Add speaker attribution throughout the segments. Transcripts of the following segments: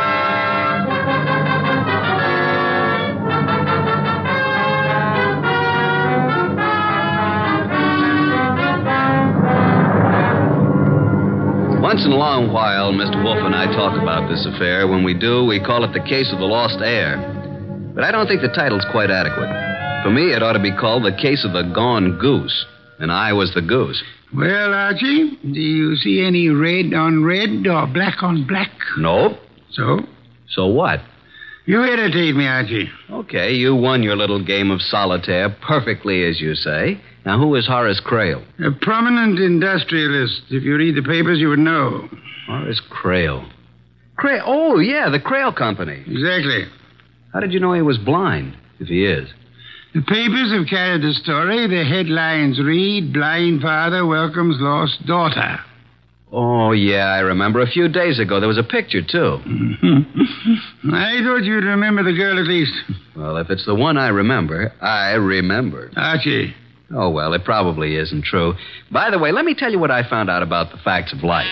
Speaker 1: Once in a long while, Mr. Wolf and I talk about this affair. When we do, we call it the case of the lost heir. But I don't think the title's quite adequate. For me, it ought to be called the case of the gone goose. And I was the goose.
Speaker 2: Well, Archie, do you see any red on red or black on black?
Speaker 1: Nope.
Speaker 2: So?
Speaker 1: So what?
Speaker 2: You irritate me, Archie.
Speaker 1: Okay, you won your little game of solitaire perfectly, as you say. Now, who is Horace Crale?
Speaker 2: A prominent industrialist. If you read the papers, you would know.
Speaker 1: Horace Crale. Crale? Oh, yeah, the Crale Company.
Speaker 2: Exactly.
Speaker 1: How did you know he was blind, if he is?
Speaker 2: The papers have carried the story. The headlines read Blind Father Welcomes Lost Daughter.
Speaker 1: Oh, yeah, I remember. A few days ago, there was a picture, too.
Speaker 2: I thought you'd remember the girl at least.
Speaker 1: Well, if it's the one I remember, I remember.
Speaker 2: Archie,
Speaker 1: Oh, well, it probably isn't true. By the way, let me tell you what I found out about the facts of life.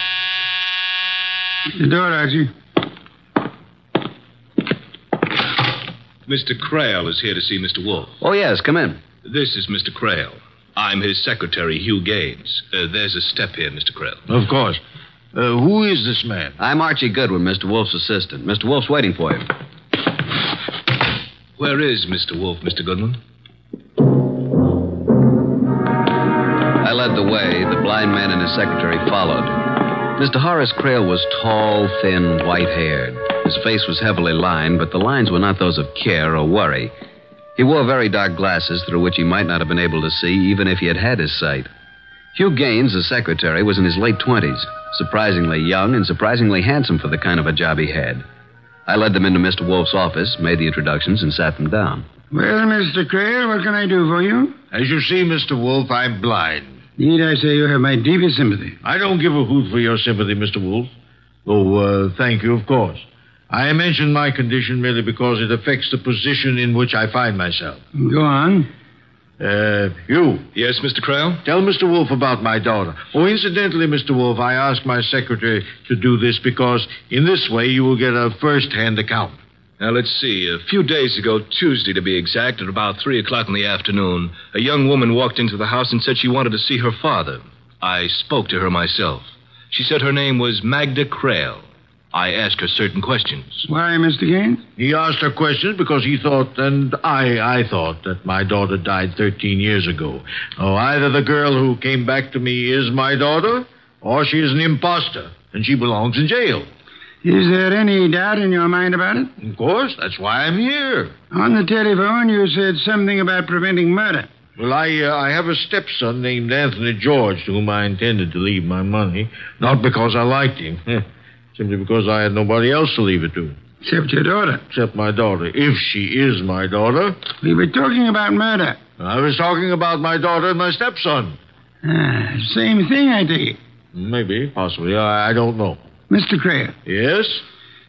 Speaker 2: the door, Archie.
Speaker 3: Mr. Crale is here to see Mr. Wolf.
Speaker 1: Oh, yes, come in.
Speaker 3: This is Mr. Crale. I'm his secretary, Hugh Gaines. Uh, there's a step here, Mr. Crale.
Speaker 4: Of course. Uh, who is this man?
Speaker 1: I'm Archie Goodwin, Mr. Wolf's assistant. Mr. Wolf's waiting for you.
Speaker 3: Where is Mr. Wolf, Mr. Goodman?
Speaker 1: I led the way. The blind man and his secretary followed. Mr. Horace Crale was tall, thin, white haired. His face was heavily lined, but the lines were not those of care or worry. He wore very dark glasses through which he might not have been able to see, even if he had had his sight. Hugh Gaines, the secretary, was in his late twenties, surprisingly young and surprisingly handsome for the kind of a job he had. I led them into Mr. Wolf's office, made the introductions, and sat them down.
Speaker 2: Well, Mr. Crale, what can I do for you?
Speaker 4: As you see, Mr. Wolf, I'm blind.
Speaker 2: Need I say you have my deepest sympathy?
Speaker 4: I don't give a hoot for your sympathy, Mr. Wolf. Oh, uh, thank you, of course. I mention my condition merely because it affects the position in which I find myself.
Speaker 2: Go on.
Speaker 4: Uh, you,
Speaker 3: Yes, Mr. Crale?
Speaker 4: tell Mr. Wolf about my daughter. Oh, incidentally, Mr. Wolf, I asked my secretary to do this because in this way you will get a first-hand account.
Speaker 3: Now, let's see. A few days ago, Tuesday to be exact, at about 3 o'clock in the afternoon, a young woman walked into the house and said she wanted to see her father. I spoke to her myself. She said her name was Magda Crale. I asked her certain questions.
Speaker 2: Why, Mr. Gaines?
Speaker 4: He asked her questions because he thought, and I, I thought, that my daughter died 13 years ago. Oh, either the girl who came back to me is my daughter, or she is an imposter, and she belongs in jail.
Speaker 2: Is there any doubt in your mind about it?
Speaker 4: Of course, that's why I'm here.
Speaker 2: On the telephone, you said something about preventing murder.
Speaker 3: Well, I, uh, I have a stepson named Anthony George to whom I intended to leave my money, not because I liked him, simply because I had nobody else to leave it to,
Speaker 2: Except your daughter.
Speaker 3: except my daughter, if she is my daughter.
Speaker 2: We were talking about murder.
Speaker 3: I was talking about my daughter and my stepson.
Speaker 2: Ah, same thing, I take it.
Speaker 3: Maybe, possibly, I, I don't know.
Speaker 2: Mr. Crail,
Speaker 3: Yes?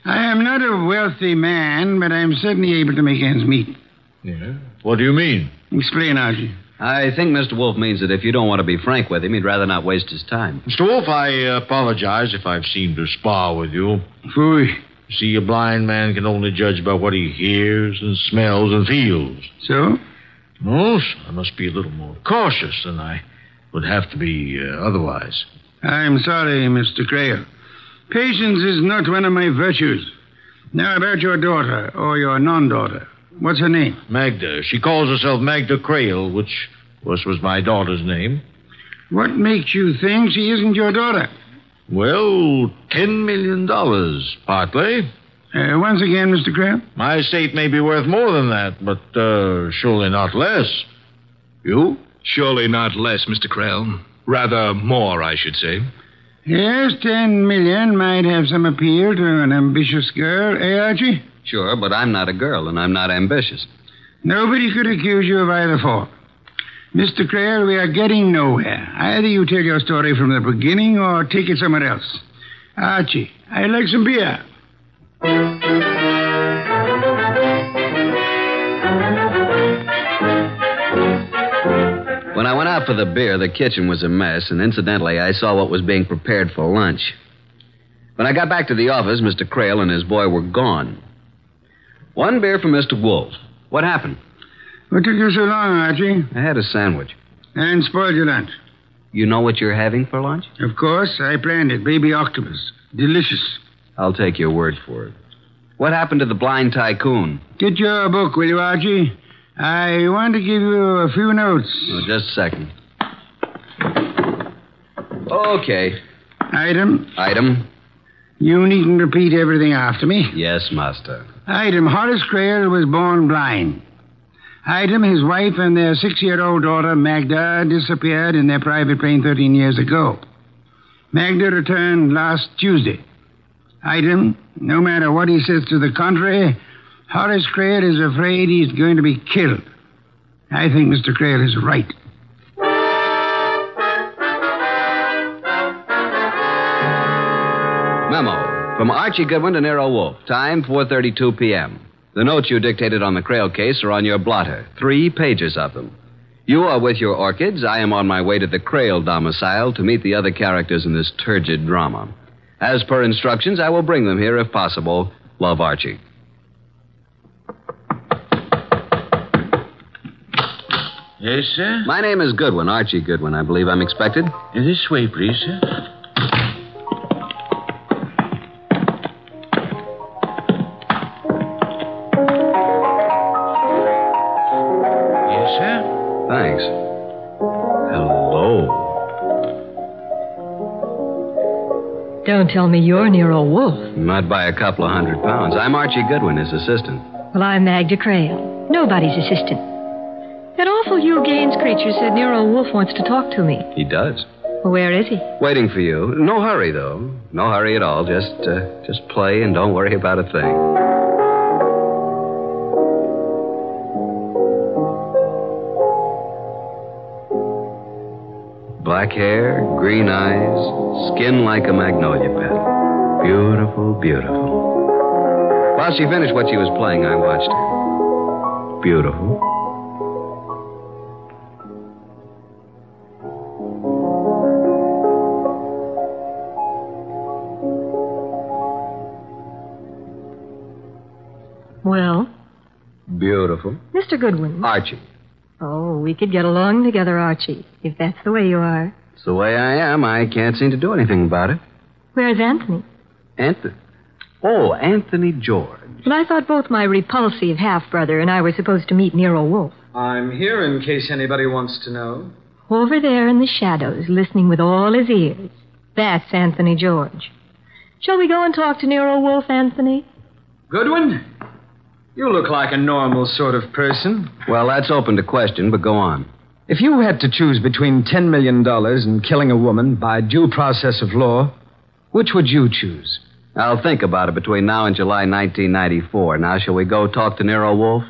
Speaker 2: I am not a wealthy man, but I am certainly able to make ends meet.
Speaker 3: Yeah. What do you mean?
Speaker 2: Explain, Archie.
Speaker 1: I think Mr. Wolf means that if you don't want to be frank with him, he'd rather not waste his time.
Speaker 3: Mr. Wolf, I apologize if I've seemed to spar with you.
Speaker 2: Fooey.
Speaker 3: See, a blind man can only judge by what he hears and smells and feels.
Speaker 2: So?
Speaker 3: No, so I must be a little more cautious than I would have to be uh, otherwise.
Speaker 2: I'm sorry, Mr. Crail. Patience is not one of my virtues. Now about your daughter, or your non-daughter. What's her name?
Speaker 3: Magda, she calls herself Magda Creel, which, of course, was my daughter's name.
Speaker 2: What makes you think she isn't your daughter?
Speaker 3: Well, ten million dollars, partly.
Speaker 2: Uh, once again, Mr. Crail.
Speaker 3: My estate may be worth more than that, but uh, surely not less. You?
Speaker 5: Surely not less, Mr. Krell. Rather more, I should say.
Speaker 2: Yes, ten million might have some appeal to an ambitious girl, eh, Archie?
Speaker 1: Sure, but I'm not a girl and I'm not ambitious.
Speaker 2: Nobody could accuse you of either fault. Mr. Crail, we are getting nowhere. Either you tell your story from the beginning or take it somewhere else. Archie, I'd like some beer.
Speaker 1: When I went out for the beer, the kitchen was a mess, and incidentally, I saw what was being prepared for lunch. When I got back to the office, Mr. Crail and his boy were gone. One beer for Mr. Wolf. What happened?
Speaker 2: What took you so long, Archie?
Speaker 1: I had a sandwich.
Speaker 2: And spoiled your lunch.
Speaker 1: You know what you're having for lunch?
Speaker 2: Of course, I planned it. Baby octopus. Delicious.
Speaker 1: I'll take your word for it. What happened to the blind tycoon?
Speaker 2: Get your book, will you, Archie? I want to give you a few notes.
Speaker 1: Oh, just a second. Okay.
Speaker 2: Item,
Speaker 1: Item?
Speaker 2: you needn't repeat everything after me.
Speaker 1: Yes, master.
Speaker 2: Item, Horace Crail was born blind. Item, his wife and their six year old daughter, Magda, disappeared in their private plane 13 years ago. Magda returned last Tuesday. Item, no matter what he says to the contrary, Horace Crail is afraid he's going to be killed. I think Mr. Crail is right.
Speaker 1: Memo from Archie Goodwin to Nero Wolf. Time 4:32 p.m. The notes you dictated on the Crail case are on your blotter. Three pages of them. You are with your orchids. I am on my way to the Crail domicile to meet the other characters in this turgid drama. As per instructions, I will bring them here if possible. Love, Archie.
Speaker 6: Yes, sir.
Speaker 1: My name is Goodwin, Archie Goodwin. I believe I'm expected.
Speaker 6: This way, please, sir. Yes, sir.
Speaker 1: Thanks. Hello.
Speaker 7: Don't tell me you're Nero Wolf.
Speaker 1: Not by a couple of hundred pounds. I'm Archie Goodwin, his assistant.
Speaker 7: Well, I'm Magda Crale, nobody's assistant. That awful Hugh Gaines creature said Nero Wolf wants to talk to me.
Speaker 1: He does.
Speaker 7: Well, where is he?
Speaker 1: Waiting for you. No hurry, though. No hurry at all. Just, uh, just play and don't worry about a thing. Black hair, green eyes, skin like a magnolia petal. Beautiful, beautiful. While she finished what she was playing, I watched her. Beautiful.
Speaker 7: Well,
Speaker 1: Beautiful.
Speaker 7: Mr. Goodwin.
Speaker 1: Archie.
Speaker 7: Oh, we could get along together, Archie, if that's the way you are.
Speaker 1: It's the way I am. I can't seem to do anything about it.
Speaker 7: Where's Anthony?
Speaker 1: Anthony. Oh, Anthony George.
Speaker 7: But I thought both my repulsive half brother and I were supposed to meet Nero Wolf.
Speaker 8: I'm here in case anybody wants to know.
Speaker 7: Over there in the shadows, listening with all his ears. That's Anthony George. Shall we go and talk to Nero Wolf, Anthony?
Speaker 8: Goodwin? You look like a normal sort of person.
Speaker 1: Well, that's open to question, but go on.
Speaker 9: If you had to choose between $10 million and killing a woman by due process of law, which would you choose?
Speaker 1: I'll think about it between now and July 1994. Now, shall we go talk to Nero Wolf?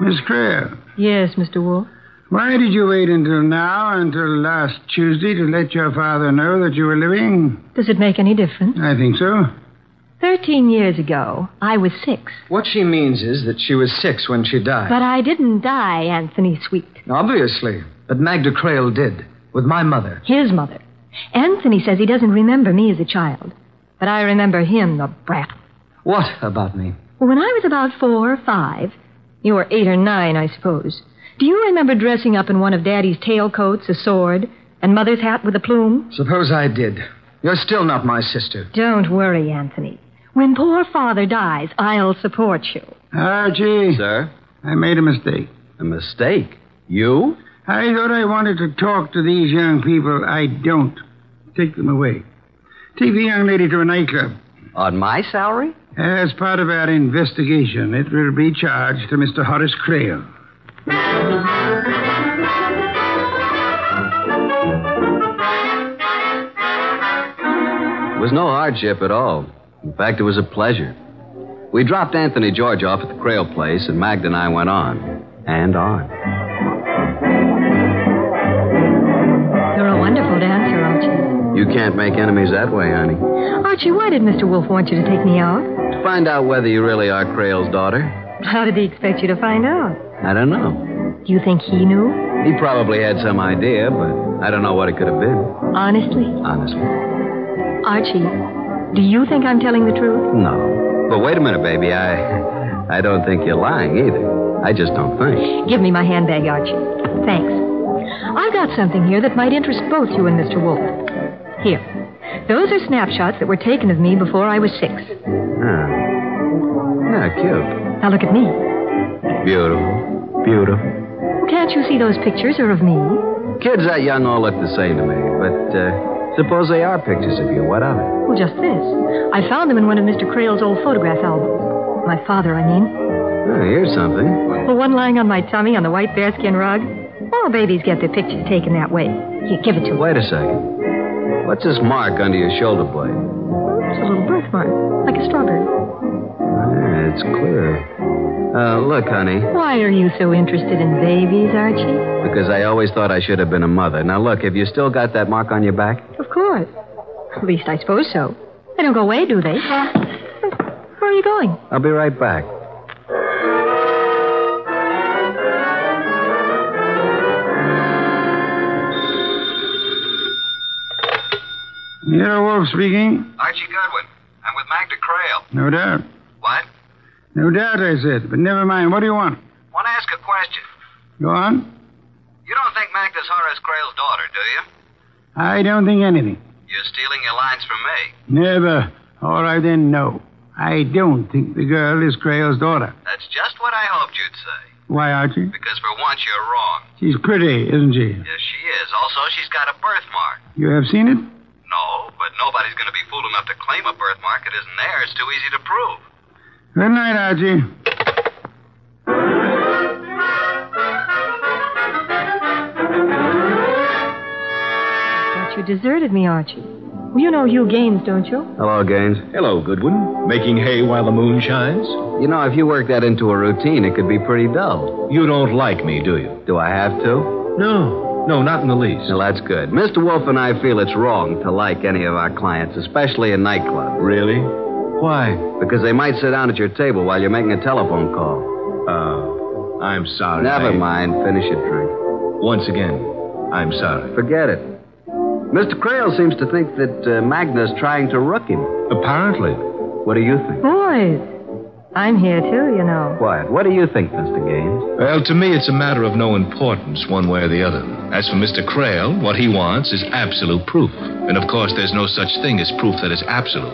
Speaker 2: Miss Creel,
Speaker 7: Yes, Mr. Wolf.
Speaker 2: why did you wait until now, until last Tuesday, to let your father know that you were living?
Speaker 7: Does it make any difference?
Speaker 2: I think so.
Speaker 7: Thirteen years ago, I was six.
Speaker 9: What she means is that she was six when she died.
Speaker 7: But I didn't die, Anthony Sweet.
Speaker 9: Obviously. But Magda Creel did, with my mother.
Speaker 7: His mother. Anthony says he doesn't remember me as a child. But I remember him, the brat.
Speaker 9: What about me?
Speaker 7: Well, When I was about four or five, you were eight or nine, I suppose. Do you remember dressing up in one of Daddy's tailcoats, a sword, and Mother's hat with a plume?
Speaker 9: Suppose I did. You're still not my sister.
Speaker 7: Don't worry, Anthony. When poor father dies, I'll support you.
Speaker 2: Archie,
Speaker 1: Sir?
Speaker 2: I made a mistake.
Speaker 1: A mistake. You?
Speaker 2: I thought I wanted to talk to these young people. I don't. Take them away. Take the young lady to a nightclub.
Speaker 1: On my salary?
Speaker 2: As part of our investigation, it will be charged to Mr. Horace Creel.
Speaker 1: It was no hardship at all. In fact, it was a pleasure. We dropped Anthony George off at the Crail place, and Magda and I went on. And on.
Speaker 7: You're a wonderful dancer, Archie.
Speaker 1: You can't make enemies that way, honey.
Speaker 7: Archie, why did Mr. Wolf want you to take me out?
Speaker 1: To find out whether you really are Crail's daughter,
Speaker 7: How did he expect you to find out?
Speaker 1: I don't know.
Speaker 7: Do you think he knew?
Speaker 1: He probably had some idea, but I don't know what it could have been,
Speaker 7: Honestly?
Speaker 1: honestly.
Speaker 7: Archie, do you think I'm telling the truth?
Speaker 1: No. But wait a minute, baby. I I don't think you're lying either. I just don't think.
Speaker 7: Give me my handbag, Archie. Thanks. I've got something here that might interest both you and Mr. Wolf. Here. Those are snapshots that were taken of me before I was six.
Speaker 1: Huh. Ah. Yeah, cute.
Speaker 7: Now look at me.
Speaker 1: Beautiful. Beautiful.
Speaker 7: Can't you see those pictures are of me?
Speaker 1: Kids that young all look the same to me, but uh, suppose they are pictures of you. What of it?
Speaker 7: Well, just this. I found them in one of Mr. Creel's old photograph albums. My father, I mean.
Speaker 1: Oh, here's something.
Speaker 7: The one lying on my tummy on the white bearskin rug. All babies get their pictures taken that way. Here, give it to me.
Speaker 1: Wait a second. What's this mark under your shoulder blade?
Speaker 7: It's a little birthmark, like a strawberry.
Speaker 1: Ah, it's clear. Uh, look, honey,
Speaker 7: Why are you so interested in babies, Archie?
Speaker 1: because I always thought I should have been a mother. Now, look, have you still got that mark on your back?
Speaker 7: Of course. At least I suppose so. They don't go away, do they? Where are you going?
Speaker 1: I'll be right back.
Speaker 2: Nero Wolf speaking.
Speaker 10: Archie Goodwin. I'm with Magda Creel.
Speaker 2: No doubt.
Speaker 10: What?
Speaker 2: No doubt, I said. But never mind. What do you want?
Speaker 10: Want to ask a question.
Speaker 2: Go on.
Speaker 10: You don't think Magda's Horace Creel's daughter, do you?
Speaker 2: I don't think anything.
Speaker 10: You're stealing your lines from me.
Speaker 2: Never. All right, then, no. I don't think the girl is Creel's daughter.
Speaker 10: That's just what I hoped you'd say.
Speaker 2: Why, Archie?
Speaker 10: Because for once you're wrong.
Speaker 2: She's pretty, isn't she?
Speaker 10: Yes, she is. Also, she's got a birthmark.
Speaker 2: You have seen it?
Speaker 10: No, but nobody's going to be fool enough to claim a birthmark that isn't theirs. Too easy to prove.
Speaker 2: Good night, Archie.
Speaker 7: But you deserted me, Archie. You know Hugh Gaines, don't you?
Speaker 1: Hello, Gaines.
Speaker 3: Hello, Goodwin. Making hay while the moon shines?
Speaker 1: You know, if you work that into a routine, it could be pretty dull.
Speaker 3: You don't like me, do you?
Speaker 1: Do I have to?
Speaker 3: No. No, not in the least.
Speaker 1: Well, that's good. Mr. Wolf and I feel it's wrong to like any of our clients, especially in nightclubs.
Speaker 3: Really? Why?
Speaker 1: Because they might sit down at your table while you're making a telephone call.
Speaker 3: Uh, I'm sorry.
Speaker 1: Never
Speaker 3: I-
Speaker 1: mind. Finish your drink.
Speaker 3: Once again, I'm sorry.
Speaker 1: Forget it. Mr. Creel seems to think that uh, Magna's trying to rook him.
Speaker 3: Apparently.
Speaker 1: What do you think?
Speaker 7: Boys. I'm here, too, you know.
Speaker 1: Quiet. What do you think, Mr. Gaines?
Speaker 3: Well, to me, it's a matter of no importance one way or the other. As for Mr. Crail, what he wants is absolute proof. And of course, there's no such thing as proof that is absolute.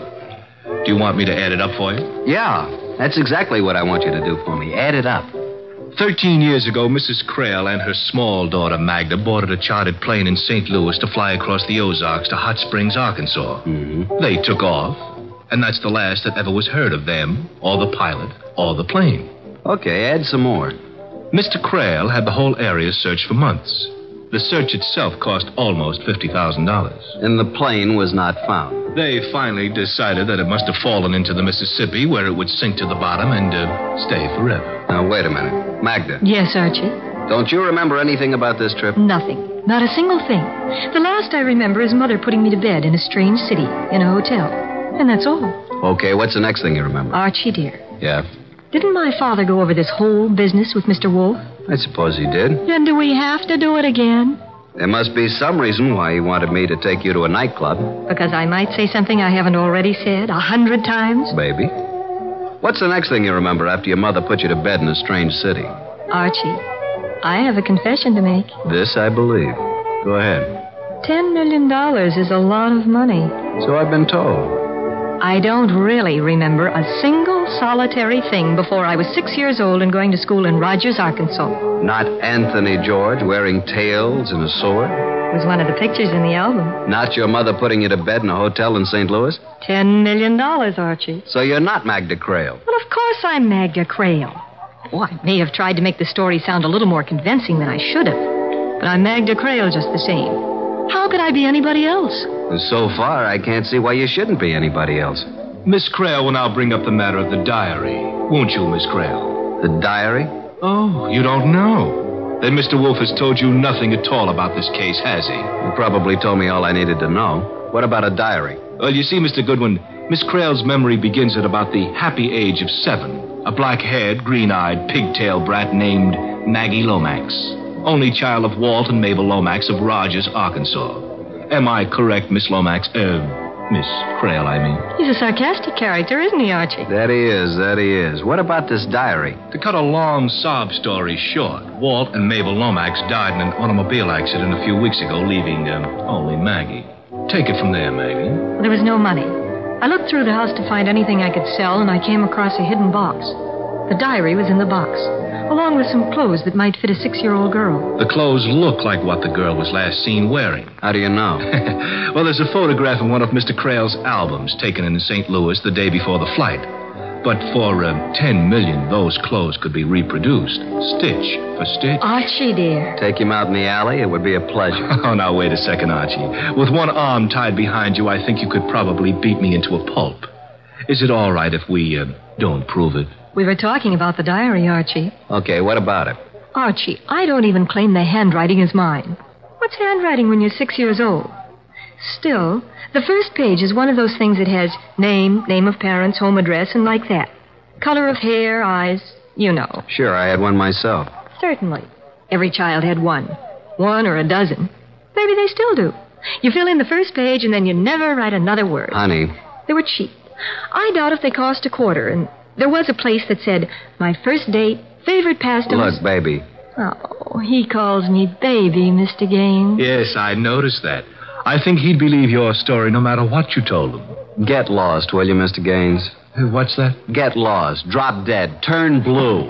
Speaker 3: Do you want me to add it up for you?
Speaker 1: Yeah, that's exactly what I want you to do for me. Add it up.
Speaker 3: Thirteen years ago, Mrs. Crail and her small daughter Magda boarded a chartered plane Mm-hmm. in St. Louis to fly across the Ozarks to Hot Springs, Arkansas. They took off. And that's the last that ever was heard of them, or the pilot, or the plane.
Speaker 1: Okay, add some more.
Speaker 3: Mr. Crail had the whole area searched for months. The search itself cost almost $50,000.
Speaker 1: And the plane was not found.
Speaker 3: They finally decided that it must have fallen into the Mississippi where it would sink to the bottom and uh, stay forever.
Speaker 1: Now, wait a minute. Magda,
Speaker 7: Yes, Archie.
Speaker 1: don't you remember anything about this trip?
Speaker 7: Nothing. Not a single thing. The last I remember is Mother putting me to bed in a strange city, in a hotel. And that's all.
Speaker 1: Okay, what's the next thing you remember?
Speaker 7: Archie, dear.
Speaker 1: Yeah,
Speaker 7: Didn't my father go over this whole business with Mr. Wolf?
Speaker 1: I suppose he did.
Speaker 7: Then do we have to do it again?
Speaker 1: There must be some reason why he wanted me to take you to a nightclub,
Speaker 7: Because I might say something I haven't already said a hundred times?
Speaker 1: baby. What's the next thing you remember after your mother put you to bed in a strange city?
Speaker 7: Archie, I have a confession to make.
Speaker 1: This I believe. Go ahead.
Speaker 7: Ten million dollars is a lot of money.
Speaker 1: So I've been told.
Speaker 7: I don't really remember a single solitary thing before I was six years old and going to school in Rogers, Arkansas.
Speaker 1: Not Anthony George wearing tails and a sword?
Speaker 7: It was one of the pictures in the album.
Speaker 1: Not your mother putting you to bed in a hotel in St. Louis?
Speaker 7: Ten million dollars, Archie.
Speaker 1: So you're not Magda Crale.
Speaker 7: Well, of course I'm Magda Crale. Oh, I may have tried to make the story sound a little more convincing than I should have, but I'm Magda Crale just the same. How could I be anybody else?
Speaker 1: And so far, I can't see why you shouldn't be anybody else.
Speaker 3: Miss Crail will now bring up the matter of the diary, won't you, Miss Crail?
Speaker 1: The diary?
Speaker 3: Oh, you don't know? Then Mr. Wolf has told you nothing at all about this case, has he?
Speaker 1: You probably told me all I needed to know. Uh, What about a diary?
Speaker 3: Well, you see, Mr. Goodwin, Miss Crail's memory begins at about the happy age of seven. A black haired, green eyed, pigtail brat named Maggie Lomax, only child of Walt and Mabel Lomax of Rogers, Arkansas. Am I correct, Miss Lomax? Er, Miss Crail, I mean.
Speaker 7: He's a sarcastic character, isn't he, Archie?
Speaker 1: That he is, that he is. What about this diary?
Speaker 3: To cut a long sob story short, Walt and Mabel Lomax died in an automobile accident a few weeks ago, leaving um, only Maggie. Take it from there, Maggie.
Speaker 7: There was no money. I looked through the house to find anything I could sell, and I came across a hidden box. The diary was in the box, along with some clothes that might fit a six year old girl.
Speaker 3: The clothes look like what the girl was last seen wearing.
Speaker 1: How do you know?
Speaker 3: well, there's a photograph in one of Mr. Crail's albums taken in St. Louis the day before the flight. But for uh, 10 million, those clothes could be reproduced, stitch for stitch.
Speaker 7: Archie, dear.
Speaker 1: Take him out in the alley? It would be a pleasure.
Speaker 3: Oh, now wait a second, Archie. With one arm tied behind you, I think you could probably beat me into a pulp. Is it all right if we uh, don't prove it?
Speaker 7: We were talking about the diary, Archie.
Speaker 1: Okay, what about it?
Speaker 7: Archie, I don't even claim the handwriting is mine. What's handwriting when you're six years old? Still, the first page is one of those things that has name, name of parents, home address, and like that. Color of hair, eyes, you know.
Speaker 1: Sure, I had one myself.
Speaker 7: Certainly. Every child had one. One or a dozen. Maybe they still do. You fill in the first page and then you never write another word.
Speaker 1: Honey,
Speaker 7: They were cheap. I doubt if they cost a quarter, and there was a place that said, My first date, favorite pastime.
Speaker 1: look, baby.
Speaker 7: Oh, he calls me baby, Mr. Gaines.
Speaker 3: Yes, I noticed that. I think he'd believe your story no matter what you told him.
Speaker 1: Get lost, will you, Mr. Gaines?
Speaker 3: What's that?
Speaker 1: Get lost. Drop dead. Turn blue.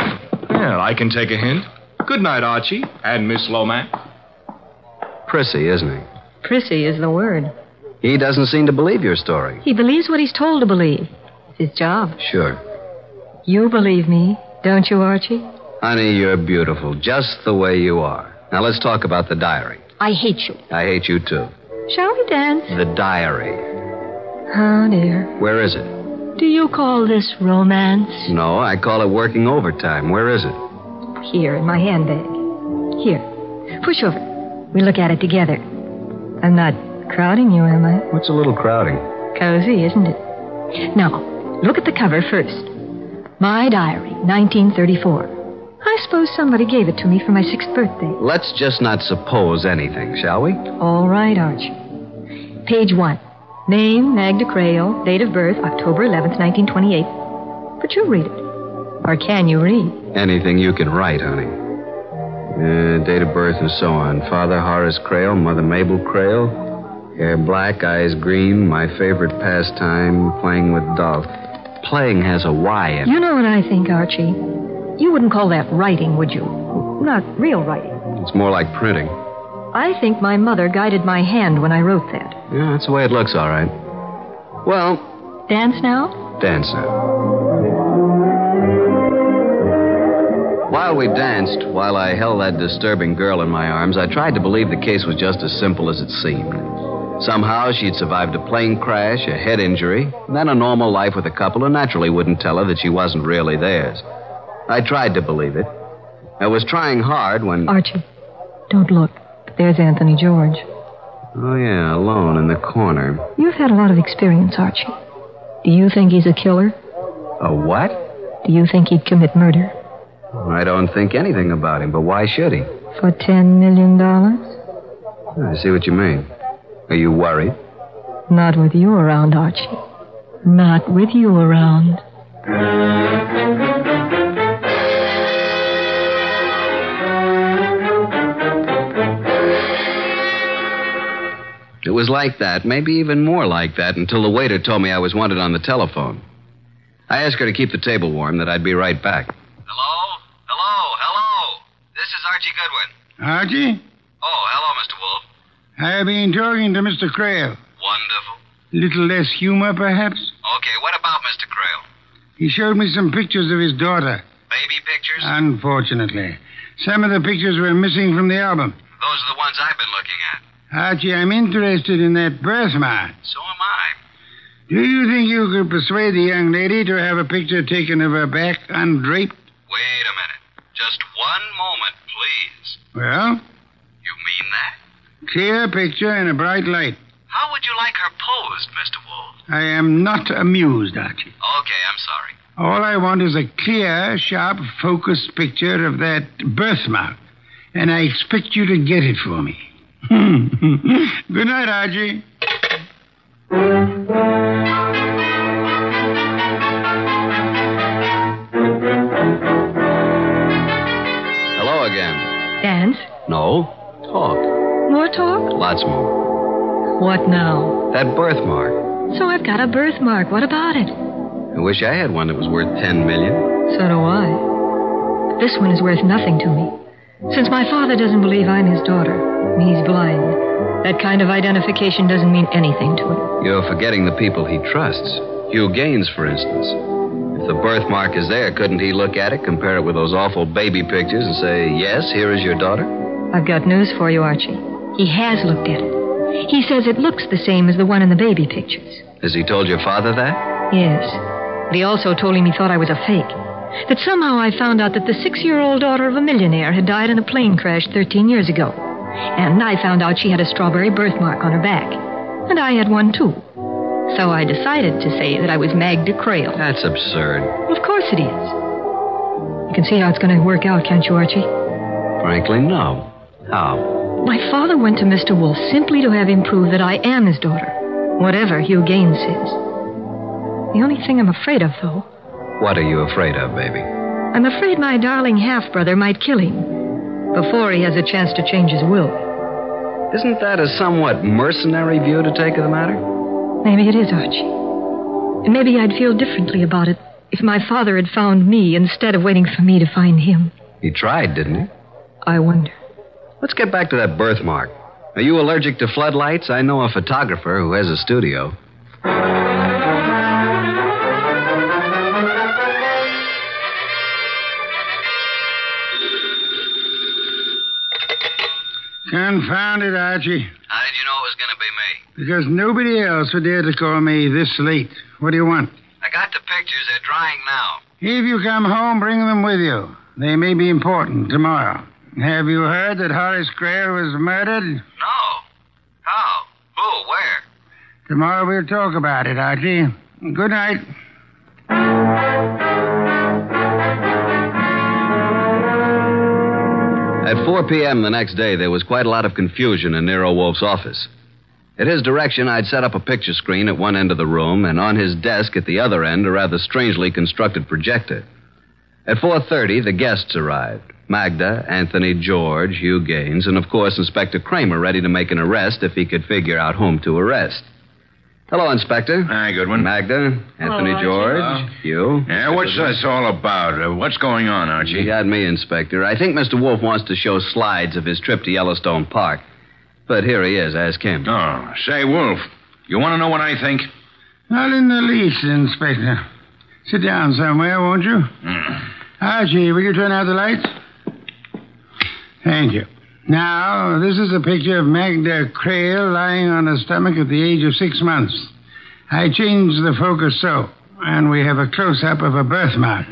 Speaker 3: Well, I can take a hint. Good night, Archie and Miss Lomax.
Speaker 1: Prissy, isn't
Speaker 7: Prissy is the word.
Speaker 1: he? He doesn't seem to believe your story.
Speaker 7: He believes what he's told to believe. It's his job.
Speaker 1: Sure.
Speaker 7: You believe me, don't you, Archie?
Speaker 1: Honey, you're beautiful, just the way you are. Now let's talk about the diary.
Speaker 7: I hate you.
Speaker 1: I hate you too.
Speaker 7: Shall we dance?
Speaker 1: The diary.
Speaker 7: Oh, dear.
Speaker 1: Where is it?
Speaker 7: Do you call this romance?
Speaker 1: No, I call it working overtime. Where is it?
Speaker 7: Here, in my handbag. Here. Push over. We look at it together. I'm not crowding you, am I?
Speaker 1: What's a little crowding?
Speaker 7: Cozy, isn't it? Now, look at the cover first. My Diary, 1934. I suppose somebody gave it to me for my sixth birthday.
Speaker 1: Let's just not suppose anything, shall we?
Speaker 7: All right, Archie. Page one. Name, Magda Crale. Date of birth, October 11th, 1928. But you read it. Or can you read?
Speaker 1: Anything you can write, honey. Uh, date of birth and so on. Father Horace Crail, mother Mabel Crail. Hair black, eyes green. My favorite pastime, playing with dolls. Playing has a Y in it.
Speaker 7: You know what I think, Archie. You wouldn't call that writing, would you? Not real writing.
Speaker 1: It's more like printing.
Speaker 7: I think my mother guided my hand when I wrote that.
Speaker 1: Yeah, that's the way it looks, all right. Well,
Speaker 7: Dance now?
Speaker 1: Dance now. While we danced, while I held that disturbing girl in my arms, I tried to believe the case was just as simple as it seemed. Somehow she'd survived a plane crash, a head injury, and then a normal life with a couple who naturally wouldn't tell her that she wasn't really theirs. I tried to believe it. I was trying hard when.
Speaker 7: Archie, don't look. But there's Anthony George.
Speaker 1: Oh, yeah, alone in the corner.
Speaker 7: You've had a lot of experience, Archie. Do you think he's a killer?
Speaker 1: A what?
Speaker 7: Do you think he'd commit murder?
Speaker 1: I don't think anything about him, but why should he?
Speaker 7: For $10 million?
Speaker 1: I see what you mean. Are you worried?
Speaker 7: Not with you around, Archie. Not with you around.
Speaker 1: It was like that, maybe even more like that, until the waiter told me I was wanted on the telephone. I asked her to keep the table warm, that I'd be right back.
Speaker 11: Hello? Hello? Hello? This is Archie Goodwin.
Speaker 2: Archie,
Speaker 11: Oh, hello, Mr. Wolf.
Speaker 2: I've been talking to Mr. Crail.
Speaker 11: Wonderful.
Speaker 2: Little less humor, perhaps?
Speaker 11: Okay, what about Mr. Crail?
Speaker 2: He showed me some pictures of his daughter.
Speaker 11: Baby pictures?
Speaker 1: Uh,
Speaker 2: Unfortunately, some of the pictures were missing from the album.
Speaker 11: Those are the ones I've been looking at.
Speaker 2: Archie, I'm interested in that birthmark.
Speaker 11: So am I.
Speaker 2: Do you think you could persuade the young lady to have a picture taken of her back undraped?
Speaker 11: Wait a minute. Just one moment, please.
Speaker 2: Well,
Speaker 11: You mean that?
Speaker 2: clear picture in a bright light.
Speaker 11: How would you like her posed, Mr. Wolf?
Speaker 2: I am not amused, Archie.
Speaker 11: Okay, I'm sorry.
Speaker 2: All I want is a clear, sharp, focused picture of that birthmark. And I expect you to get it for me. Good night, Archie.
Speaker 1: Hello again.
Speaker 7: Dance?
Speaker 1: No. Talk.
Speaker 7: More talk?
Speaker 1: Lots more.
Speaker 7: What now?
Speaker 1: That birthmark.
Speaker 7: So I've got a birthmark. What about it?
Speaker 1: I wish I had one that was worth ten million.
Speaker 7: So do I. But This one is worth nothing to me. Since my father doesn't believe I'm his daughter, and he's blind, that kind of identification doesn't mean anything to him.
Speaker 1: You're forgetting the people he trusts. Hugh Gaines, for instance. If the birthmark is there, couldn't he look at it, compare it with those awful baby pictures, and say, yes, here is your daughter?
Speaker 7: I've got news for you, Archie. He has looked at it. He says it looks the same as the one in the baby pictures.
Speaker 1: Has he told your father that?
Speaker 7: Yes. But he also told him he thought I was a fake. That somehow I found out that the six year old daughter of a millionaire had died in a plane crash 13 years ago. And I found out she had a strawberry birthmark on her back. And I had one too. So I decided to say that I was Magda Creel.
Speaker 1: That's absurd.
Speaker 7: Well, of course it is. You can see how it's going to work out, can't you, Archie?
Speaker 1: Frankly, no. How?
Speaker 7: My father went to Mr. Wolf simply to have him prove that I am his daughter, whatever Hugh Gaines says. The only thing I'm afraid of, though,
Speaker 1: What are you afraid of, baby?
Speaker 7: I'm afraid my darling half brother might kill him before he has a chance to change his will.
Speaker 1: Isn't that a somewhat mercenary view to take of the matter?
Speaker 7: Maybe it is, Archie. And maybe I'd feel differently about it if my father had found me instead of waiting for me to find him.
Speaker 1: He tried, didn't he?
Speaker 7: I wonder.
Speaker 1: Let's get back to that birthmark. Are you allergic to floodlights? I know a photographer who has a studio.
Speaker 2: Confound it, Archie.
Speaker 11: How did you know it was going to be me?
Speaker 2: Because nobody else would dare to call me this late. What do you want?
Speaker 11: I got the pictures. They're drying now.
Speaker 2: If you come home, bring them with you. They may be important tomorrow. Have you heard that Horace Crail was murdered?
Speaker 11: No. How? Who? Where?
Speaker 2: Tomorrow we'll talk about it, Archie. Good night.
Speaker 1: At 4 p.m. the next day, there was quite a lot of confusion in Nero Wolf's office. At his direction, I'd set up a picture screen at one end of the room, and on his desk at the other end, a rather strangely constructed projector. At 4.30, the guests arrived. Magda, Anthony, George, Hugh Gaines, and of course, Inspector Kramer ready to make an arrest if he could figure out whom to arrest. Hello, Inspector.
Speaker 12: Hi, Goodwin.
Speaker 1: Magda, Anthony,
Speaker 7: Archie.
Speaker 1: George, you.
Speaker 12: Yeah, what's this all about? Uh, what's going on, Archie?
Speaker 1: You got me, Inspector. I think Mr. Wolf wants to show slides of his trip to Yellowstone Park. But here he is. Ask him.
Speaker 12: Oh, say, Wolf, you want to know what I think?
Speaker 2: Not in the least, Inspector. Sit down somewhere, won't you?
Speaker 12: Hmm.
Speaker 2: Archie, will you turn out the lights? Thank you. Now, this is a picture of Magda Creel lying on her stomach at the age of six months. I changed the focus so, and we have a close up of a birthmark.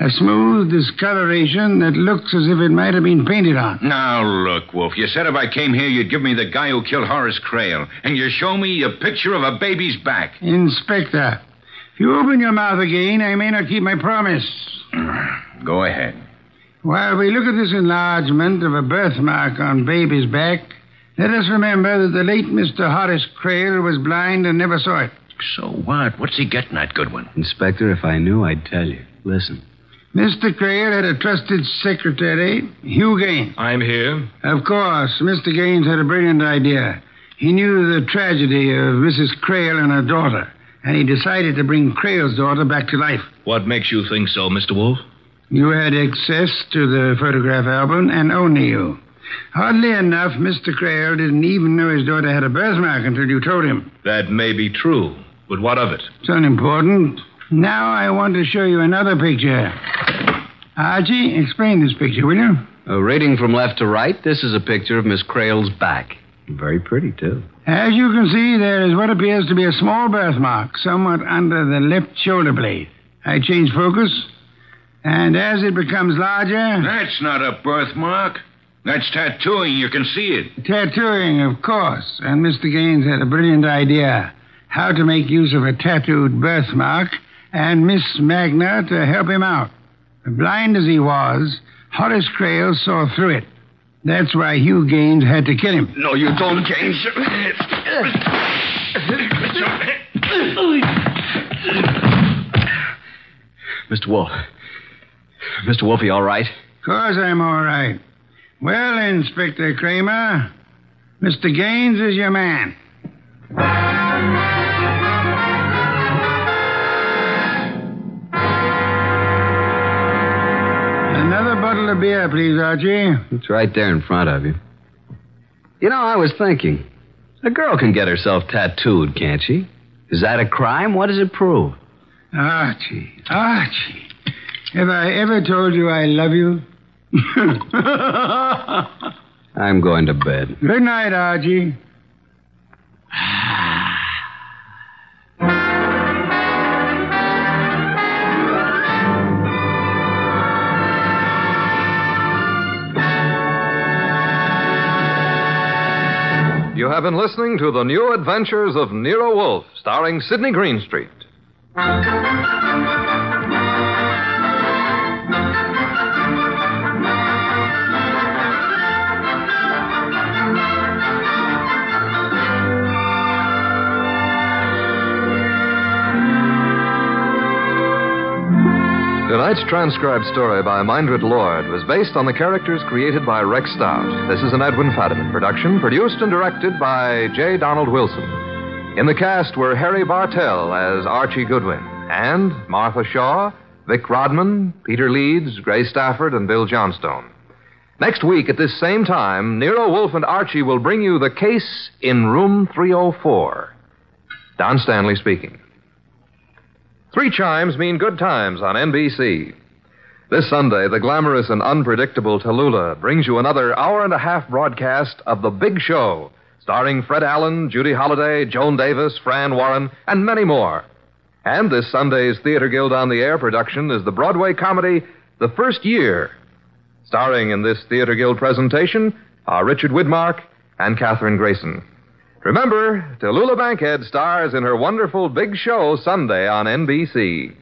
Speaker 2: A smooth discoloration that looks as if it might have been painted on.
Speaker 12: Now, look, Wolf, you said if I came here, you'd give me the guy who killed Horace Crail, and you show me a picture of a baby's back.
Speaker 2: Inspector, if you open your mouth again, I may not keep my promise.
Speaker 12: Hmm. Go ahead.
Speaker 2: While we look at this enlargement of a birthmark on baby's back, let us remember that the late Mr. Horace Crail was blind and never saw it.
Speaker 12: So what? What's he getting at, Goodwin?
Speaker 1: Inspector, if I knew, I'd tell you. Listen.
Speaker 2: Mr. Crail had a trusted secretary, Hugh Gaines.
Speaker 3: I'm here.
Speaker 2: Of course, Mr. Gaines had a brilliant idea. He knew the tragedy of Mrs. Crail and her daughter, and he decided to bring Crail's daughter back to life.
Speaker 3: What makes you think so, Mr. Wolf?
Speaker 2: You had access to the photograph album and only you. Oddly enough, Mr. Crail didn't even know his daughter had a birthmark until you told him.
Speaker 3: That may be true, but what of it?
Speaker 2: It's unimportant. Now I want to show you another picture. Archie, explain this picture, will you?
Speaker 1: Uh, reading from left to right, this is a picture of Miss Crail's back. Very pretty, too.
Speaker 2: As you can see, there is what appears to be a small birthmark, somewhat under the left shoulder blade. I change focus, and as it becomes larger,
Speaker 12: That's not a birthmark. That's tattooing. You can see it.
Speaker 2: tattooing, of course. And Mr. Gaines had a brilliant idea how to make use of a tattooed birthmark and Miss Magna to help him out. Blind as he was, Horace Crail saw through it. That's why Hugh Gaines had to kill him.
Speaker 12: No, you don't, James.
Speaker 1: Mr. Wolf. Mr. Wolfie, all right?
Speaker 2: course I'm all right. Well, Inspector Kramer, Mr. Gaines is your man. Another bottle of beer, please, Archie.
Speaker 1: It's right there in front of you. You know, I was thinking. A girl can get herself tattooed, can't she? Is that a crime? What does it prove?
Speaker 2: Archie, Archie, have I ever told you I love you?
Speaker 1: I'm going to bed.
Speaker 2: Good night, Archie.
Speaker 10: You have been listening to The New Adventures of Nero Wolf, starring Sidney Greenstreet. Tonight's transcribed story by Mindred Lord was based on the characters created by Rex Stout. This is an Edwin Fadiman production, produced and directed by J. Donald Wilson. In the cast were Harry Bartell as Archie Goodwin, and Martha Shaw, Vic Rodman, Peter Leeds, Gray Stafford, and Bill Johnstone. Next week at this same time, Nero Wolf and Archie will bring you the case in room 304. Don Stanley speaking. Three chimes mean good times on NBC. This Sunday, the glamorous and unpredictable Tallulah brings you another hour and a half broadcast of The Big Show, starring Fred Allen, Judy Holliday, Joan Davis, Fran Warren, and many more. And this Sunday's Theater Guild on the Air production is the Broadway comedy The First Year. Starring in this Theater Guild presentation are Richard Widmark and Katherine Grayson. Remember, Tallulah Bankhead stars in her wonderful Big Show Sunday on NBC.